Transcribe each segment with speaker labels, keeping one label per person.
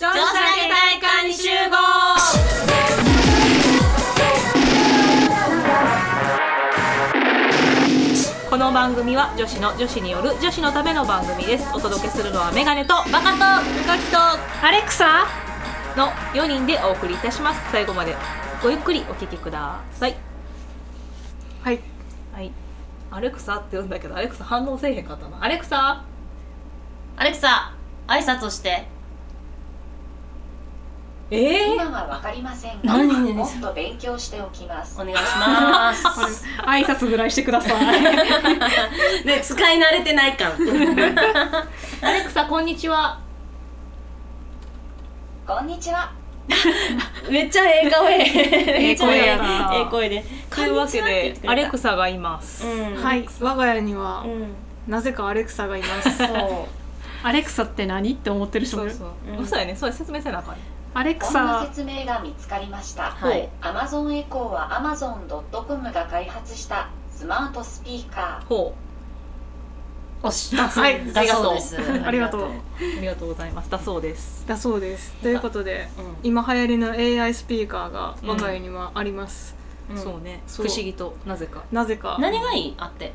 Speaker 1: 女子だけ大会に集合この番組は女子の女子による女子のための番組ですお届けするのはメガネとバカとルカキとアレクサの4人でお送りいたします最後までごゆっくりお聞きください
Speaker 2: はい
Speaker 1: はいアレクサって言うんだけどアレクサ反応せえへんかったなアレクサ
Speaker 3: アレクサ挨拶をして
Speaker 1: え
Speaker 4: 今はわかりませんが、
Speaker 3: 何々
Speaker 4: もっと勉強しておきます
Speaker 3: お。願いします
Speaker 1: 挨拶ぐらいしてください
Speaker 3: ね使い慣れてない感
Speaker 1: アレクサこんにちは
Speaker 4: こんにちは。
Speaker 3: めっちゃええ 声え
Speaker 1: え声やな
Speaker 3: ええ声で
Speaker 1: というわけでアレク
Speaker 3: サ
Speaker 1: サがいます、
Speaker 2: は、い我が家には
Speaker 3: うんうん、
Speaker 2: なぜかアレクサがいます
Speaker 3: そう
Speaker 2: アレクサって何って思ってる人
Speaker 1: そ
Speaker 2: もいうる
Speaker 1: そう
Speaker 3: うん
Speaker 1: そうやねそうや説明せなあかんね
Speaker 2: アレク
Speaker 4: こんな
Speaker 2: サ
Speaker 4: 説明が見つかりました。
Speaker 3: はい、
Speaker 4: Amazon Echo は Amazon.com が開発したスマートスピーカ
Speaker 1: ほ
Speaker 3: おし
Speaker 2: はい
Speaker 3: だそうです
Speaker 2: ありがとう
Speaker 1: うありがとうございますだそうです
Speaker 2: だそうですということで
Speaker 3: う
Speaker 2: 今流行りの AI スピーカーが我が家にはあります、
Speaker 3: んうん
Speaker 1: そうね不
Speaker 2: そう
Speaker 1: 思議となぜか
Speaker 2: なぜか
Speaker 3: 何がいいあって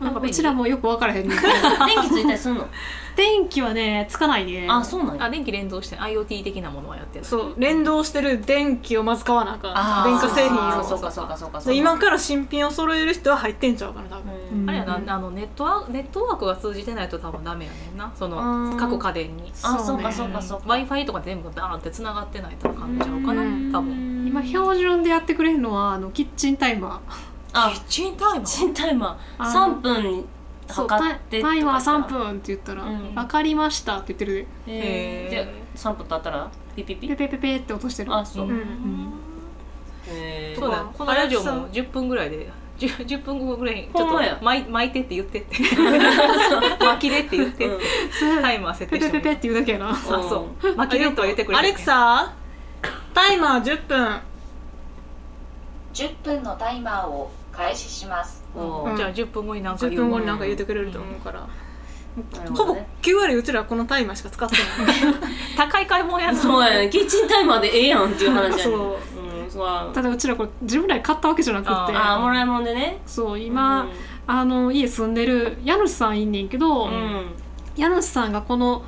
Speaker 2: なんかうちらもよく分からへんね んけど
Speaker 3: 電気ついたりするの
Speaker 2: 電気はねつかないね
Speaker 3: あそうなんや
Speaker 1: あ電気連動して IoT 的なものはやってる
Speaker 2: そう連動してる電気をまず買わなあか
Speaker 3: あ
Speaker 2: ん
Speaker 3: ー
Speaker 2: 電化製品
Speaker 1: を
Speaker 2: を
Speaker 3: そうかそうかそうかそうか
Speaker 2: で今から新品を揃える人は入ってんちゃうかな多分、
Speaker 3: うん
Speaker 1: あれやな、
Speaker 2: うん
Speaker 1: あのネットワネットワークが通じてないと多分ダメやねんなそ
Speaker 3: あ
Speaker 1: の
Speaker 3: ー
Speaker 1: 各家電に
Speaker 3: あ
Speaker 2: そ
Speaker 3: そうう
Speaker 2: ね
Speaker 3: かそうかそうか
Speaker 1: w i f i とか全部ダーンってつながってないとあかんちゃうかな
Speaker 2: うん
Speaker 1: 多分
Speaker 2: 今標準でやってくれるのはあのキッチンタイマー
Speaker 3: あ
Speaker 1: キッチンタイマー
Speaker 3: 賃貸マ
Speaker 2: あの
Speaker 3: ー3分に
Speaker 2: そう
Speaker 3: 測
Speaker 2: タイ
Speaker 3: って
Speaker 2: タイマー
Speaker 3: とか
Speaker 2: 3分って言ったら「
Speaker 3: うん
Speaker 2: 分かりました」って言ってるで
Speaker 3: へえ
Speaker 1: へ
Speaker 3: で3分経ったらピピピ
Speaker 2: ペペペペって落としてる
Speaker 3: あそう、
Speaker 2: うん
Speaker 3: へえ
Speaker 1: そうだよこ
Speaker 2: この
Speaker 1: のラジオ
Speaker 2: アレク
Speaker 1: も10分ぐらいで 10, 10分後ぐらいにちょ
Speaker 3: ほんまや
Speaker 1: っと巻い巻いてって言ってって巻きでって言ってって
Speaker 2: それ
Speaker 1: タイマー設
Speaker 2: ペ
Speaker 1: 定
Speaker 2: ペ
Speaker 1: し
Speaker 2: ペ
Speaker 1: て
Speaker 2: ペって言うだけやな
Speaker 1: あそう巻きでとは言ってくれ
Speaker 2: ア
Speaker 1: て
Speaker 2: レ
Speaker 1: る
Speaker 2: ク
Speaker 1: ね
Speaker 2: サタイマー10分
Speaker 4: ー。10分のタイマーを開始します。
Speaker 3: お
Speaker 2: うん
Speaker 3: ー
Speaker 1: じゃあ10分後に何か
Speaker 2: 10
Speaker 1: 言う
Speaker 2: 分後に何か言ってくれると思うから、
Speaker 3: なるほ
Speaker 2: ほ
Speaker 3: ど
Speaker 2: ぼ
Speaker 3: ね
Speaker 2: 9割うちらはこのタイマーしか使ってない
Speaker 1: 高い買い物やな
Speaker 3: そうやねキッチンタイマーでええやんっていう話やね
Speaker 2: そう
Speaker 3: うんそうあ
Speaker 2: ただうちらこれ自分らで買ったわけじゃなくって
Speaker 3: ーもらいもんでね
Speaker 2: そう今、
Speaker 3: うん
Speaker 2: あの家住んでる家主さんいんねんけど、
Speaker 3: うん
Speaker 2: 家主さんがこの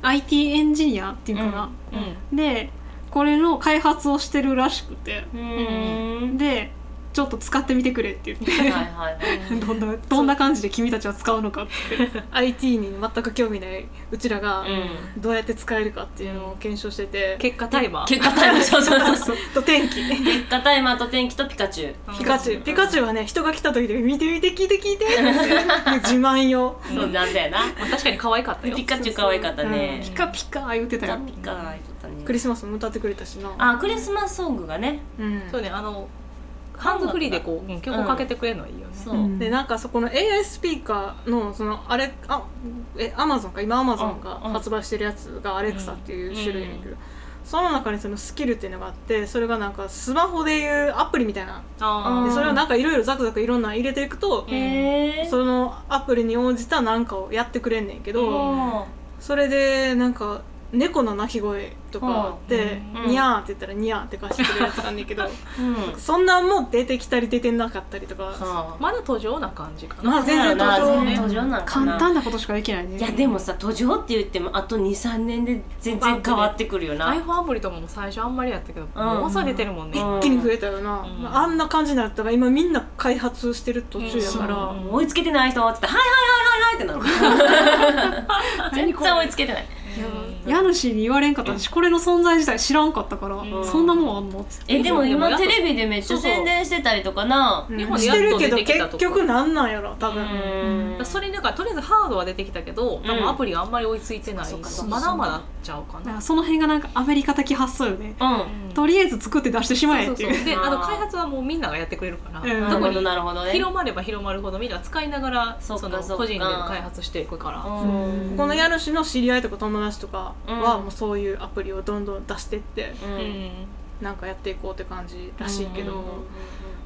Speaker 2: IT エンジニアっていうかな、
Speaker 1: うん
Speaker 2: でこれの開発をしてるらしくて
Speaker 3: うん
Speaker 2: でちょっと使ってみてくれって言って
Speaker 3: はいはいはい
Speaker 2: どんなどんな感じで君たちは使うのかって IT に全く興味ないうちらが
Speaker 3: うん
Speaker 2: どうやって使えるかっていうのを検証してて、
Speaker 1: 結果タイマー
Speaker 3: 結果タイマーそうそうそうそう
Speaker 2: そうと天気
Speaker 3: 結果タイマーと天気とピカチュウ
Speaker 1: うん
Speaker 2: ピカチュウピカチュウはね人が来た時で「見て見て聞いて聞いて」って自慢よ
Speaker 3: そうなんだよな
Speaker 1: まあ確かに可愛かったよ
Speaker 3: ピカチュウ可愛かったね
Speaker 2: ピカピカ言ってた
Speaker 3: ピ
Speaker 2: よ
Speaker 3: カピカ言ってたね
Speaker 2: クリスマスも歌ってくれたしな
Speaker 3: あクリスマスソングがね
Speaker 2: うん
Speaker 1: そうねあのハンズフリーでこううん曲をかけてくれるのはいいよね
Speaker 3: そううん
Speaker 2: でなんかそこの AI スピーカーのそのあれあえアマゾンか今アマゾンが
Speaker 3: うんうん
Speaker 2: 発売してるやつがアレクサっていう種類だけど、その中にそのスキルっていうのがあってそれがなんかスマホでいうアプリみたいな
Speaker 1: あ
Speaker 2: で
Speaker 3: うん
Speaker 1: ー
Speaker 2: それをなんかいろいろザクザクいろんなの入れていくと、
Speaker 3: へえ
Speaker 2: そのアプリに応じたなんかをやってくれんねんけど、それでなんか猫の鳴き声とかで、
Speaker 1: うん
Speaker 3: うん
Speaker 2: ニャーって言ったらニャーって貸してくれるやつなんだけど
Speaker 3: うん
Speaker 2: そんなんも出てきたり出てなかったりとか、
Speaker 3: は
Speaker 1: まだ途上な感じか
Speaker 2: ま
Speaker 1: な
Speaker 2: あ全然途上
Speaker 3: 全然途上なんかな
Speaker 2: 簡単なことしかできないね
Speaker 3: いやでもさ途上って言ってもあと23年で全然変わってくるよな
Speaker 1: iPhone アプリとかも最初あんまりやったけど
Speaker 3: うん
Speaker 1: もうされてるもんね
Speaker 3: うん
Speaker 2: 一気に増えたよな、
Speaker 1: うん
Speaker 2: あんな感じになったら今みんな開発してる途中や
Speaker 3: そう
Speaker 2: から、
Speaker 1: ん
Speaker 3: 追いつけてない人はって「はいはいはいはいはい」ってなる全然追いつけてない
Speaker 1: うん
Speaker 2: 家主に言われんかったし、これの存在自体知らんかったから、
Speaker 1: うん
Speaker 2: そんなもんあんのっつって
Speaker 3: えでも
Speaker 1: でもや
Speaker 3: 今
Speaker 1: っと
Speaker 3: テレビでめっちゃ宣伝してたりとかな
Speaker 2: うん
Speaker 1: 日本で
Speaker 2: し
Speaker 1: やって
Speaker 2: る
Speaker 1: と
Speaker 2: け
Speaker 1: 出
Speaker 2: ど
Speaker 1: てきた
Speaker 2: 結
Speaker 1: とこ
Speaker 2: 局なんなんやろ多
Speaker 3: う
Speaker 2: 分、
Speaker 3: ん
Speaker 1: それなんかとりあえずハードは出てきたけど多分アプリがあんまり追いついてない
Speaker 3: そうかそうか
Speaker 1: まだまだちゃうか
Speaker 2: なん
Speaker 1: な
Speaker 2: かその辺がなんかアメリカ的発想よね、
Speaker 3: うん
Speaker 1: うん
Speaker 2: とりあえず作って出してしまえ
Speaker 1: そ
Speaker 2: っ
Speaker 1: う
Speaker 2: て
Speaker 1: そ
Speaker 2: いうう
Speaker 1: そうで
Speaker 3: あー
Speaker 1: あの開発はもうみんながやってくれるから
Speaker 2: うん
Speaker 3: なる
Speaker 1: 特
Speaker 3: ほど
Speaker 1: に
Speaker 3: なるほどね
Speaker 1: 広まれば広まるほどみんな使いながら
Speaker 3: そ
Speaker 1: そう
Speaker 3: か
Speaker 1: の
Speaker 3: そうか
Speaker 1: 個人で開発していくから
Speaker 3: うん
Speaker 2: この家主の知り合いとか友達とか
Speaker 3: うん
Speaker 2: はもうそういうアプリをどんどん出してって、
Speaker 3: うん
Speaker 1: うん
Speaker 2: なんかやっていこうって感じらしいけど、
Speaker 1: うんうん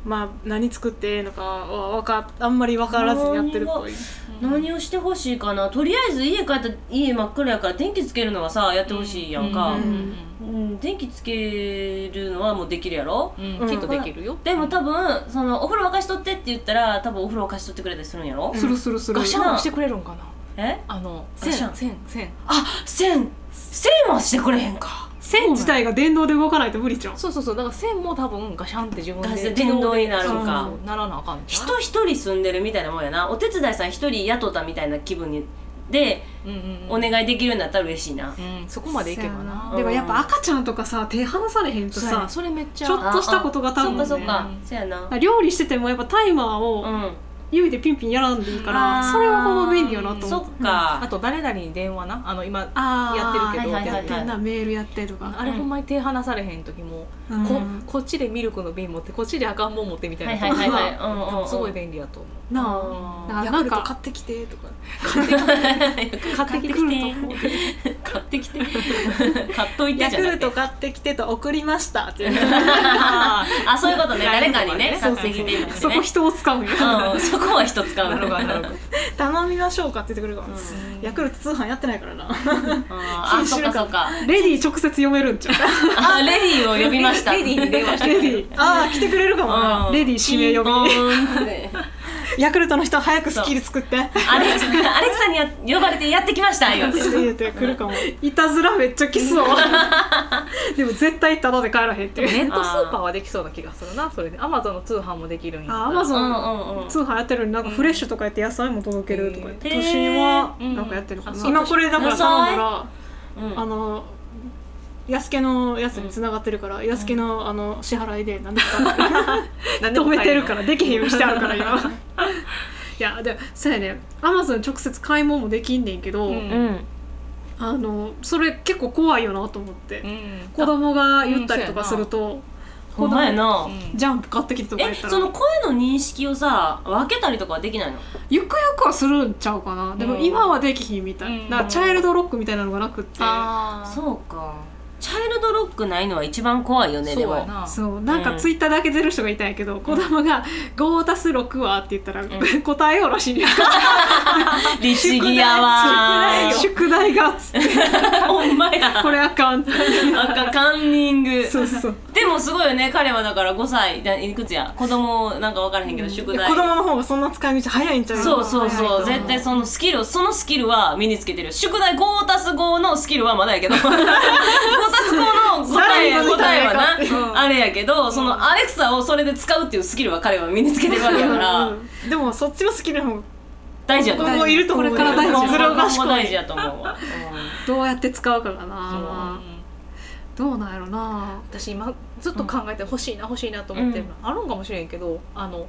Speaker 2: まあ何作ってええのかはわかあんまり分からずにやってるっぽい
Speaker 3: 何をしてほしいかなとりあえず家帰ったら家真っ暗やから電気つけるのはさやってほしいやんか、
Speaker 2: うん
Speaker 3: うん、電気つけるのはもうできるやろ
Speaker 1: うんうんきっとできるよ
Speaker 3: でも多分そのお風呂沸かしとってって言ったら多分お風呂沸かしとってくれたりするんやろ、
Speaker 2: するするする
Speaker 1: ガシャンはしてくれるんかな
Speaker 3: え
Speaker 1: あの
Speaker 3: ガシャ
Speaker 1: 線
Speaker 3: ン
Speaker 1: 線線
Speaker 3: あ線線はしてくれへんか
Speaker 2: 線自体が電動で動かないと無理じゃん
Speaker 1: そうそうそうだから線も多分ガシャンって自分
Speaker 3: ガシャ
Speaker 1: で
Speaker 3: ン電動になるん
Speaker 1: そう
Speaker 3: か
Speaker 1: そうならなあかんじゃん
Speaker 3: 人一人住んでるみたいなもんやなお手伝いさん一人雇ったみたいな気分にで
Speaker 1: うんうんうん
Speaker 3: お願いできるようになったら嬉しいな、
Speaker 1: うんそこまでいけばな
Speaker 3: うん
Speaker 2: でもやっぱ赤ちゃんとかさ手離されへんと
Speaker 1: そうや
Speaker 2: さ
Speaker 1: なそれめっちゃ
Speaker 2: ちょっとしたことが多分、ね、
Speaker 3: そっかそっか、
Speaker 1: うん
Speaker 3: そやな
Speaker 2: 料理しててもやっぱタイマー
Speaker 3: う
Speaker 2: を
Speaker 3: ん
Speaker 2: 指でピンピンやらんでいいから、
Speaker 3: あー
Speaker 2: それはほんま便利やなと
Speaker 3: そ
Speaker 2: 思っ
Speaker 3: ってか
Speaker 1: あ、と誰々に電話なあの今
Speaker 2: あー
Speaker 1: やってるけど
Speaker 3: はいはいはい
Speaker 2: やってんなメールやってとか、
Speaker 1: あれほんまに手離されへん時も
Speaker 2: うん
Speaker 1: ここっちでミルクの瓶持ってこっちで赤ん坊持ってみたいな
Speaker 3: はい はいはいはいうんうんうん
Speaker 1: すごい便利やと思う
Speaker 2: な
Speaker 3: うん
Speaker 2: あヤクルト買ってきてとか
Speaker 1: 買ってきて
Speaker 3: 買ってきて買っといて
Speaker 2: ヤ
Speaker 3: じ
Speaker 2: ク
Speaker 3: ゃな
Speaker 2: ル
Speaker 3: くて
Speaker 2: ト買ってきてと送りましたっていう
Speaker 1: あ
Speaker 3: あそういうことね誰かにね
Speaker 1: そうそ
Speaker 3: 買っ
Speaker 1: うそう
Speaker 3: てきてってね
Speaker 2: そこ人を使うんや
Speaker 3: うんそこは人使
Speaker 1: ー
Speaker 3: う
Speaker 1: なるほどなるほど
Speaker 2: 頼みましょうかって言ってくれるから、
Speaker 1: うん
Speaker 2: ヤクルト通販やってないからな
Speaker 3: ああそっかそっか
Speaker 2: レディー直接読めるんちゃう
Speaker 3: あレディーを呼びました
Speaker 1: レディーに電話して
Speaker 2: レディーああ来てくれるかもな、
Speaker 3: うん
Speaker 2: レディー指名呼び
Speaker 3: うん
Speaker 2: ヤクルトの人早くスッキリ作って
Speaker 3: アレクサアレクサにや呼ばれてやってきました言うて
Speaker 2: って言ってくるかもいたずらめっちゃき そうでも絶対タダで帰らへんっていう
Speaker 1: ネットスーパーはできそうな気がするなそれでアマゾンの通販もできるんや
Speaker 2: あア
Speaker 1: ゾ
Speaker 2: マ
Speaker 1: ン
Speaker 3: う
Speaker 2: ゾ
Speaker 3: ん
Speaker 2: ン
Speaker 3: うんうん
Speaker 2: 通販やってるのになんかフレッシュとかやって野菜も届けるとか言って、
Speaker 3: へー
Speaker 2: 都心はなんかやってるか
Speaker 1: うん
Speaker 2: な、
Speaker 1: あそう
Speaker 2: 今これだから頼んだら
Speaker 3: うん
Speaker 2: あの安家のやつに繋がってるから、安家のあの支払いで何でか止めてるからできへんようにしてあるから今 いやでもそうやねアマゾン直接買い物もできんねんけど、
Speaker 1: う
Speaker 3: うんん
Speaker 2: あのそれ結構怖いよなと思って、
Speaker 1: うん
Speaker 2: 子供が言ったりとかすると、
Speaker 3: ほんまやな
Speaker 1: うん
Speaker 2: ジャンプ買ってきてとか言
Speaker 3: え
Speaker 2: った
Speaker 3: そ
Speaker 2: ら
Speaker 3: の声の認識をさ分けたりとかはできないの
Speaker 2: ゆくゆくはするんちゃうかなでも
Speaker 1: うん
Speaker 2: 今はできひんみたいな,、
Speaker 1: うん
Speaker 2: なんかチャイルドロックみたいなのがなくって
Speaker 1: あ
Speaker 3: そうかチャイルドロックないのは一番怖いよ
Speaker 1: う
Speaker 3: ね
Speaker 1: そう
Speaker 3: で
Speaker 1: や
Speaker 3: も
Speaker 1: な
Speaker 2: そうなんかツイッターだけ出る人がいたんやけど、子供が「5+6 は?」って言ったら、答えおろしに
Speaker 3: リシギアは
Speaker 2: 宿題が」つって
Speaker 3: ほんまや
Speaker 2: 「これあかん」って
Speaker 3: なんかカンニング
Speaker 2: そうそう
Speaker 3: でもすごいよね彼はだから5歳だいくつや子供なんか分からへんけど宿
Speaker 2: 子
Speaker 3: 題
Speaker 2: 供の方がそんな使い道早いんちゃうかな
Speaker 3: そうそう
Speaker 2: 早いか
Speaker 3: そう
Speaker 2: な
Speaker 3: 絶対そのスキルそのスキルは身につけてる宿題 5+5 のスキルはまだやけど 5+5 の答え
Speaker 2: さら
Speaker 3: 答え
Speaker 2: に
Speaker 3: は
Speaker 2: 答えが
Speaker 3: なあれやけどそのアレクサをそれで使うっていうスキルは彼は身につけてるわけやか
Speaker 2: う
Speaker 3: ら
Speaker 2: んでもそっちのスキルの方が
Speaker 3: 大事やと
Speaker 2: 子
Speaker 3: 思う
Speaker 2: 供いると思うよ
Speaker 1: これから大事
Speaker 2: 子
Speaker 3: 今
Speaker 2: 供
Speaker 3: 後
Speaker 2: が
Speaker 3: も大事やと思うわ
Speaker 2: どうやって使うかが
Speaker 1: うん
Speaker 2: などうなんやろな
Speaker 1: 私今ずっと考えて欲しいな欲しいなと思ってるの、あるんかもしれんけどあの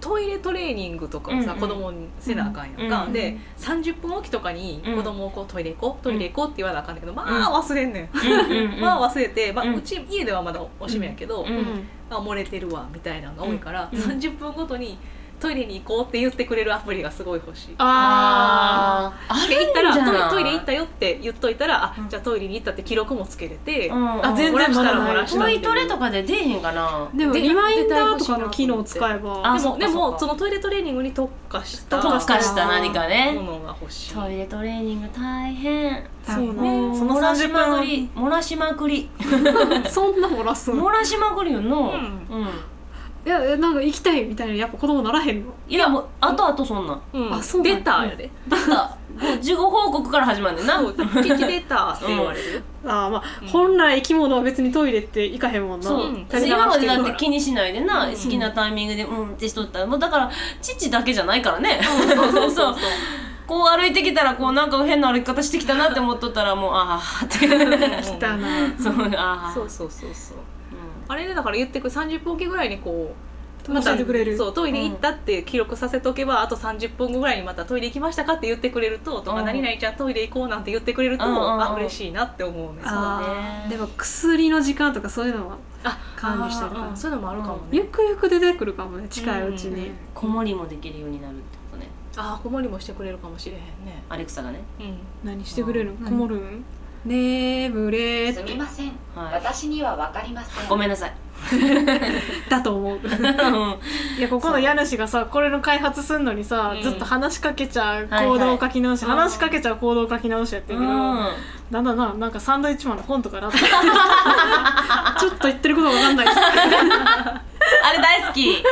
Speaker 1: トイレトレーニングとかをさ、
Speaker 3: うんうん
Speaker 1: 子供にせなあかんやんか、
Speaker 3: うん
Speaker 1: で30分おきとかに
Speaker 3: うん
Speaker 1: 子供をこうトイレ行こうトイレ行こうって言わなあかんねんけど、まあ忘れんねん、
Speaker 3: うんうんうん
Speaker 1: まあ忘れて、まあ、
Speaker 3: うん
Speaker 1: うち家ではまだおしめやけど、
Speaker 3: うん
Speaker 1: あ漏れてるわみたいなのが多いから、
Speaker 3: うん
Speaker 1: 30分ごとにトイレに行こうって言ってくれるアプリがすごい欲しい。
Speaker 2: あ
Speaker 3: あーあ
Speaker 1: で行ったら
Speaker 3: あるんじゃない
Speaker 1: トイレトイレ行ったよって言っといたら、あ
Speaker 3: うん
Speaker 1: じゃあトイレに行ったって記録もつけれて、
Speaker 3: うんうん
Speaker 1: あ全然漏らしたら漏らした
Speaker 3: ト
Speaker 1: ってい
Speaker 3: イ
Speaker 1: う
Speaker 3: トレとかで出えへんかな
Speaker 2: ーでも
Speaker 1: で
Speaker 2: リマインダーとかの機能使え
Speaker 3: あ
Speaker 2: ば
Speaker 1: で
Speaker 3: そっ
Speaker 1: も
Speaker 3: か
Speaker 1: で
Speaker 3: そっか
Speaker 1: もそのトイレトレーニングに特化した
Speaker 3: 特化した何かね
Speaker 1: ものが欲しい。
Speaker 3: トイレトレーニング大変
Speaker 2: そうね
Speaker 1: ね
Speaker 2: その
Speaker 3: 漏らし
Speaker 2: 30
Speaker 3: まく
Speaker 2: 分
Speaker 3: り漏らしまくり
Speaker 2: そんな漏らすの
Speaker 3: 漏らしまくりよの
Speaker 1: う
Speaker 3: うんん
Speaker 2: いやなんか行きたいみたいなやっぱ子供ならへんの
Speaker 3: いやもうあとあとそんなん
Speaker 1: うん、
Speaker 2: あそうなんだ
Speaker 1: 出たやで。
Speaker 3: だった事後報告から始まるねんな
Speaker 1: そう聞き出たって言われ る。
Speaker 2: あーまあ、
Speaker 1: うん
Speaker 2: 本来生き物は別にトイレって行かへんもんな
Speaker 3: そう、
Speaker 1: うん
Speaker 2: 垂れ流
Speaker 3: 今ま
Speaker 2: して
Speaker 3: で
Speaker 2: るか
Speaker 3: だ
Speaker 2: ら
Speaker 3: って気にしないでな、
Speaker 1: うん
Speaker 3: 好きなタイミングでうんってしとったらもうだから父だけじゃないからね、そうそうこう歩いてきたらこうなんか変な歩き方してきたなって思っとったらもうああって
Speaker 1: そ
Speaker 2: 来
Speaker 1: う
Speaker 2: たな
Speaker 3: そうああ
Speaker 1: そうそうそうそう。あれでだから言ってくる30分おきぐらいにこう。
Speaker 2: また教えてくれる
Speaker 1: そうトイレ行ったって記録させとけば、あと30分後ぐらいにまたトイレ行きましたかって言ってくれるととか、
Speaker 3: うん
Speaker 1: 何々ちゃんトイレ行こうなんて言ってくれると、
Speaker 3: うんうんうん
Speaker 1: あ嬉しいなって思うね
Speaker 2: あー
Speaker 3: そうね
Speaker 2: でも薬の時間とかそういうのは
Speaker 1: あ
Speaker 2: 管理してるから
Speaker 1: あーうんそういうのもあるかもね、
Speaker 2: ゆくゆく出てくるかもね近いうちに、
Speaker 1: ん
Speaker 3: 子守りもできるようになるってことね
Speaker 1: ああ子守りもしてくれるかもしれへんね
Speaker 3: アレクサがね
Speaker 1: うん
Speaker 2: 何してくれるの
Speaker 1: うん
Speaker 2: こもるん、眠れーっ
Speaker 4: す
Speaker 2: て
Speaker 4: みません
Speaker 3: はは
Speaker 4: 私には分かりません
Speaker 3: いごめんなさい
Speaker 2: だと思
Speaker 3: う
Speaker 2: う
Speaker 3: ん
Speaker 2: いやここの家主がさこれの開発すんのにさ、
Speaker 1: うん
Speaker 2: ずっと話しかけちゃう
Speaker 3: はいはい
Speaker 2: 行動を書き直し、
Speaker 3: うん
Speaker 2: 話しかけちゃう行動を書き直しやってるけど、だんだんななんかサンドイッチマンの本とかなってちょっと言ってることわかんないです
Speaker 3: あれ大好き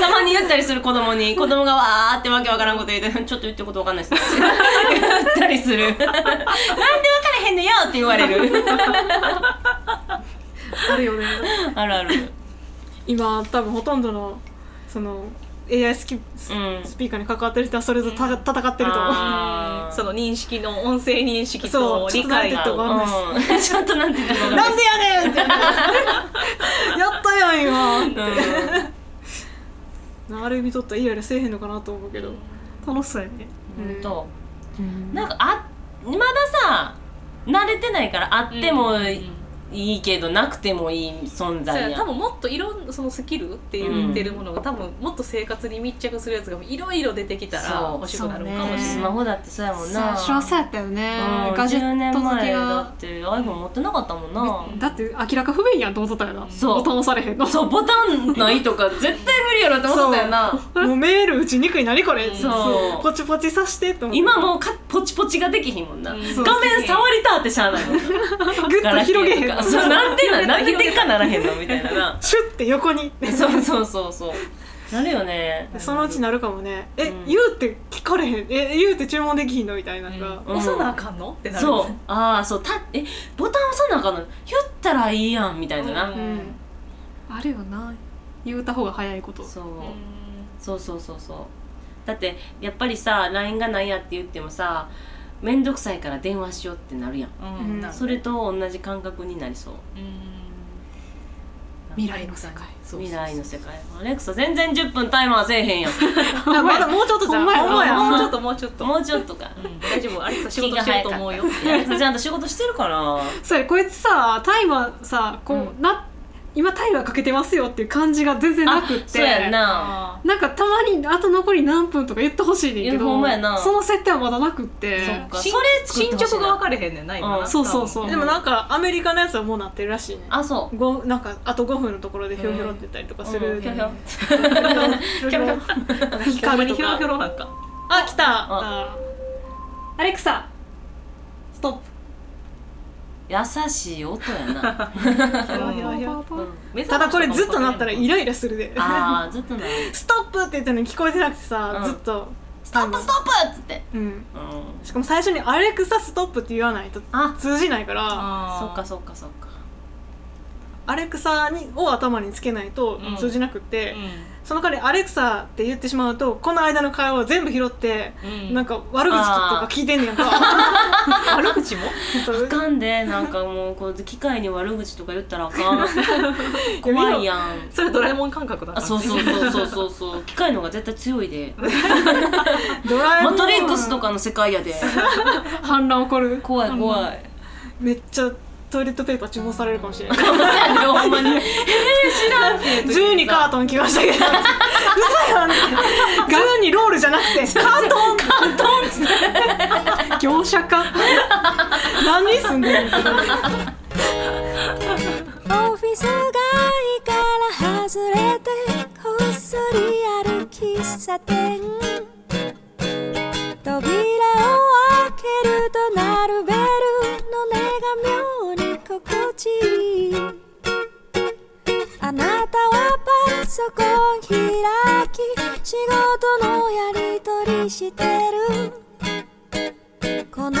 Speaker 3: たまに言ったりする子供に子供がわーってわけわからんこと言ってちょっと言ってることわかんないですって言ったりするなんでわからへんのよって言われる
Speaker 2: あるよね
Speaker 3: あるある
Speaker 2: 今多分ほとんどのその AI スキス
Speaker 3: うん
Speaker 2: スピーカーに関わってる人はそれぞれた戦ってると思う
Speaker 3: あー
Speaker 1: その認識の音声認識
Speaker 2: そ
Speaker 1: と
Speaker 2: うちょ
Speaker 1: 理
Speaker 2: っとなん
Speaker 1: 解
Speaker 2: て言っ
Speaker 1: が
Speaker 2: たかわかんないです
Speaker 3: うんちょっとなんて言ったかわかんない
Speaker 2: なんでやねんってやったやん今なるみとったらイライラせえへんのかなと思うけど楽しそうやね
Speaker 3: うんほんと
Speaker 2: うん
Speaker 3: なんかあまださ慣れてないからあってもいいけど、なくてもいい存
Speaker 1: そう
Speaker 3: 在
Speaker 1: や
Speaker 3: や
Speaker 1: 多分もっといろんなそのスキルって言ってるものが、多分もっと生活に密着するやつがいろいろ出てきたら
Speaker 3: そう
Speaker 1: 欲しくなるかもし
Speaker 3: ス
Speaker 1: れな
Speaker 3: マ
Speaker 1: い。
Speaker 3: ホだってそうやもんな
Speaker 2: 最初はそうやったよね
Speaker 3: うん、
Speaker 2: ガジェ
Speaker 3: 10
Speaker 2: ッ
Speaker 3: 年
Speaker 2: ト好き
Speaker 3: 前だ
Speaker 2: が
Speaker 3: って iPhone 持ってなかったもんな
Speaker 2: だって明らか不便やんと思っとったよな
Speaker 3: そう
Speaker 2: ボタン押されへんの
Speaker 3: そうボタンないと か絶対無理やろって思ってたよな
Speaker 2: もうメール打ちにくい何これ
Speaker 1: そう
Speaker 2: そうポチポチさしてと思って
Speaker 3: 今もうかポチポチができひんもんな、
Speaker 1: うん
Speaker 2: そう
Speaker 3: 画面触りたってしゃあないもんな
Speaker 2: グッと広げへんの
Speaker 3: ガラケーとかそうなんで なんなんででっかならへんのみたいなな
Speaker 2: シュッて横に
Speaker 3: そうそうそうそうなるよね
Speaker 2: そのうちなるかもねえ、
Speaker 3: うん
Speaker 2: 言うて聞かれへんえ言うて注文できひんのみたいなのが、
Speaker 3: うん
Speaker 1: 押さなあかんのってなる。
Speaker 3: そうああそうたえボタン押さなあかんの言ったらいいやんみたいなな、
Speaker 1: うん
Speaker 2: うんあるよな言うた方が早いこと
Speaker 3: そう
Speaker 1: うん。
Speaker 3: そうそうそうそうだってやっぱりさ LINE がないやって言ってもさ面倒くさいから電話しようってなるやん
Speaker 1: うん
Speaker 2: うん
Speaker 3: それと同じ感覚になりそう
Speaker 1: うん
Speaker 2: 未来の世
Speaker 1: そうそ
Speaker 2: 界
Speaker 1: うそう
Speaker 3: 未来の世界アレクサ全然10分タイマーせえへんやん
Speaker 2: あまだもうちょっとじ ゃん
Speaker 1: ほんまや
Speaker 2: ほんまや
Speaker 1: もうちょっともうちょっと。
Speaker 3: もうちょっとか
Speaker 1: うん大丈夫。あれさ仕事してると思うよ。
Speaker 3: アレクサちゃんと仕事してるかな
Speaker 2: それこいつさタイマーさこう、
Speaker 1: う
Speaker 2: な今タイマーかけてますよっていう感じが全然なくって
Speaker 3: そうやんな
Speaker 1: あ
Speaker 2: なんかたまにあと残り何分とか言ってほしいねんけ
Speaker 3: いやほ
Speaker 2: ど
Speaker 3: んまやな
Speaker 2: その設定はまだなくって
Speaker 3: そっ
Speaker 1: ー
Speaker 3: か
Speaker 1: 進
Speaker 3: それ作って
Speaker 1: 進
Speaker 3: ほしいな
Speaker 1: 捗が分かれへんねんな今
Speaker 3: う
Speaker 1: な。
Speaker 3: ん
Speaker 2: そうそうそう
Speaker 1: 多分
Speaker 2: でもなんかアメリカのやつはもうなってるらしいね
Speaker 3: あそ
Speaker 2: ごなんかあと5分のところでひょろひょろって言ったりとか
Speaker 3: う
Speaker 2: する、
Speaker 3: うんひょひょ
Speaker 2: ひょひょ
Speaker 1: ほんま
Speaker 2: 光
Speaker 1: に
Speaker 2: と
Speaker 1: ひょろ
Speaker 2: か
Speaker 1: ひょろなんか。
Speaker 2: あ来たあアレクサストップ
Speaker 3: 優しい音やなうん
Speaker 2: ただこれずっとなったらイ
Speaker 1: る。
Speaker 2: ライラするで
Speaker 3: ああずっとな
Speaker 2: ストップって言ったのに聞こえてなくてさ、
Speaker 3: うん
Speaker 2: ずっと
Speaker 3: ストップストップっつって
Speaker 2: うん
Speaker 3: うん
Speaker 2: しかも最初に「アレクサストップ」って言わないと
Speaker 3: あ
Speaker 2: 通じないから
Speaker 1: あ
Speaker 3: そ
Speaker 1: ー
Speaker 3: っかそっかそっか
Speaker 2: アレクサにを頭につけないと
Speaker 1: うん
Speaker 2: 通じなくて、
Speaker 1: う
Speaker 2: その代わり「アレクサ」って言ってしまうとこの間の会話を全部拾って、
Speaker 1: ん。
Speaker 2: なんか悪口とか聞いてんねやんか
Speaker 1: 悪口も。
Speaker 2: そう
Speaker 3: あかんでなんかもうこう機械に悪口とか言ったらあかん 怖いやん
Speaker 1: それドラえもん感覚だった
Speaker 3: あ
Speaker 1: んです
Speaker 3: そ
Speaker 1: ね
Speaker 3: うそうそうそうそうそう機械の方が絶対強いで
Speaker 2: ドラえも
Speaker 3: マ
Speaker 2: ん
Speaker 3: トリックスとかの世界やで
Speaker 2: 反乱起こる
Speaker 3: 怖い怖い
Speaker 2: めっちゃトイレットペーパー注文されるかもしれない
Speaker 3: そうやでほんまにえー知らんっていう時に
Speaker 2: 12カートン来ましたけど嘘やん12ロールじゃなくてカートンカートンって業者か何に住んでるんだろう
Speaker 5: オフィス街から外れてこっそり歩き喫茶店扉を開けると鳴るベルの音が妙に心地いいあなたはパソコン開き仕事のやり取りしてるこの空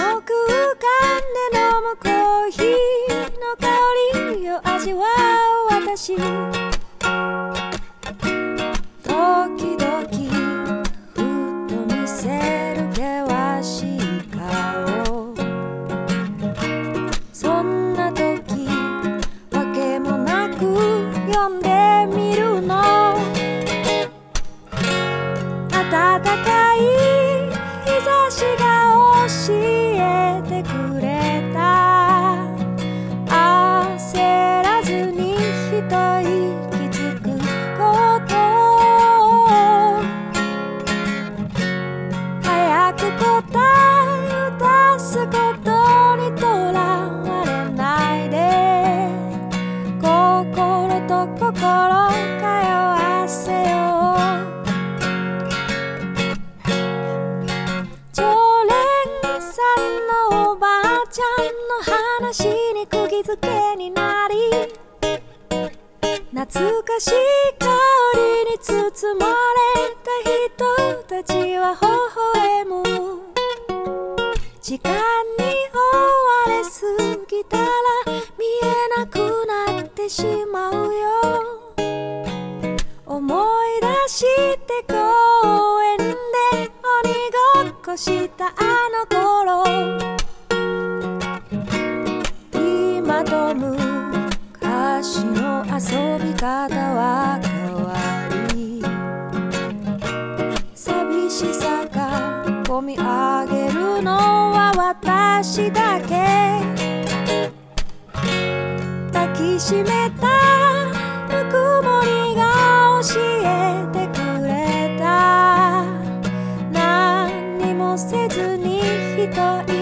Speaker 5: 間で飲むコーヒーの香りを味わう私時々ふと見せる険しい顔そんな時わけもなく呼んでみるの暖かい日差しが教えてくれた焦らずに一息けになり懐かしい香りに包まれた人たちは微笑む時間に追われすぎたら見えなくなってしまうよ思い出して公園で鬼ごっこしたあの頃今と昔の遊び方は変わり寂しさが込み上げるのは私だけ抱きしめたぬくもりが教えてくれた何もせずに一人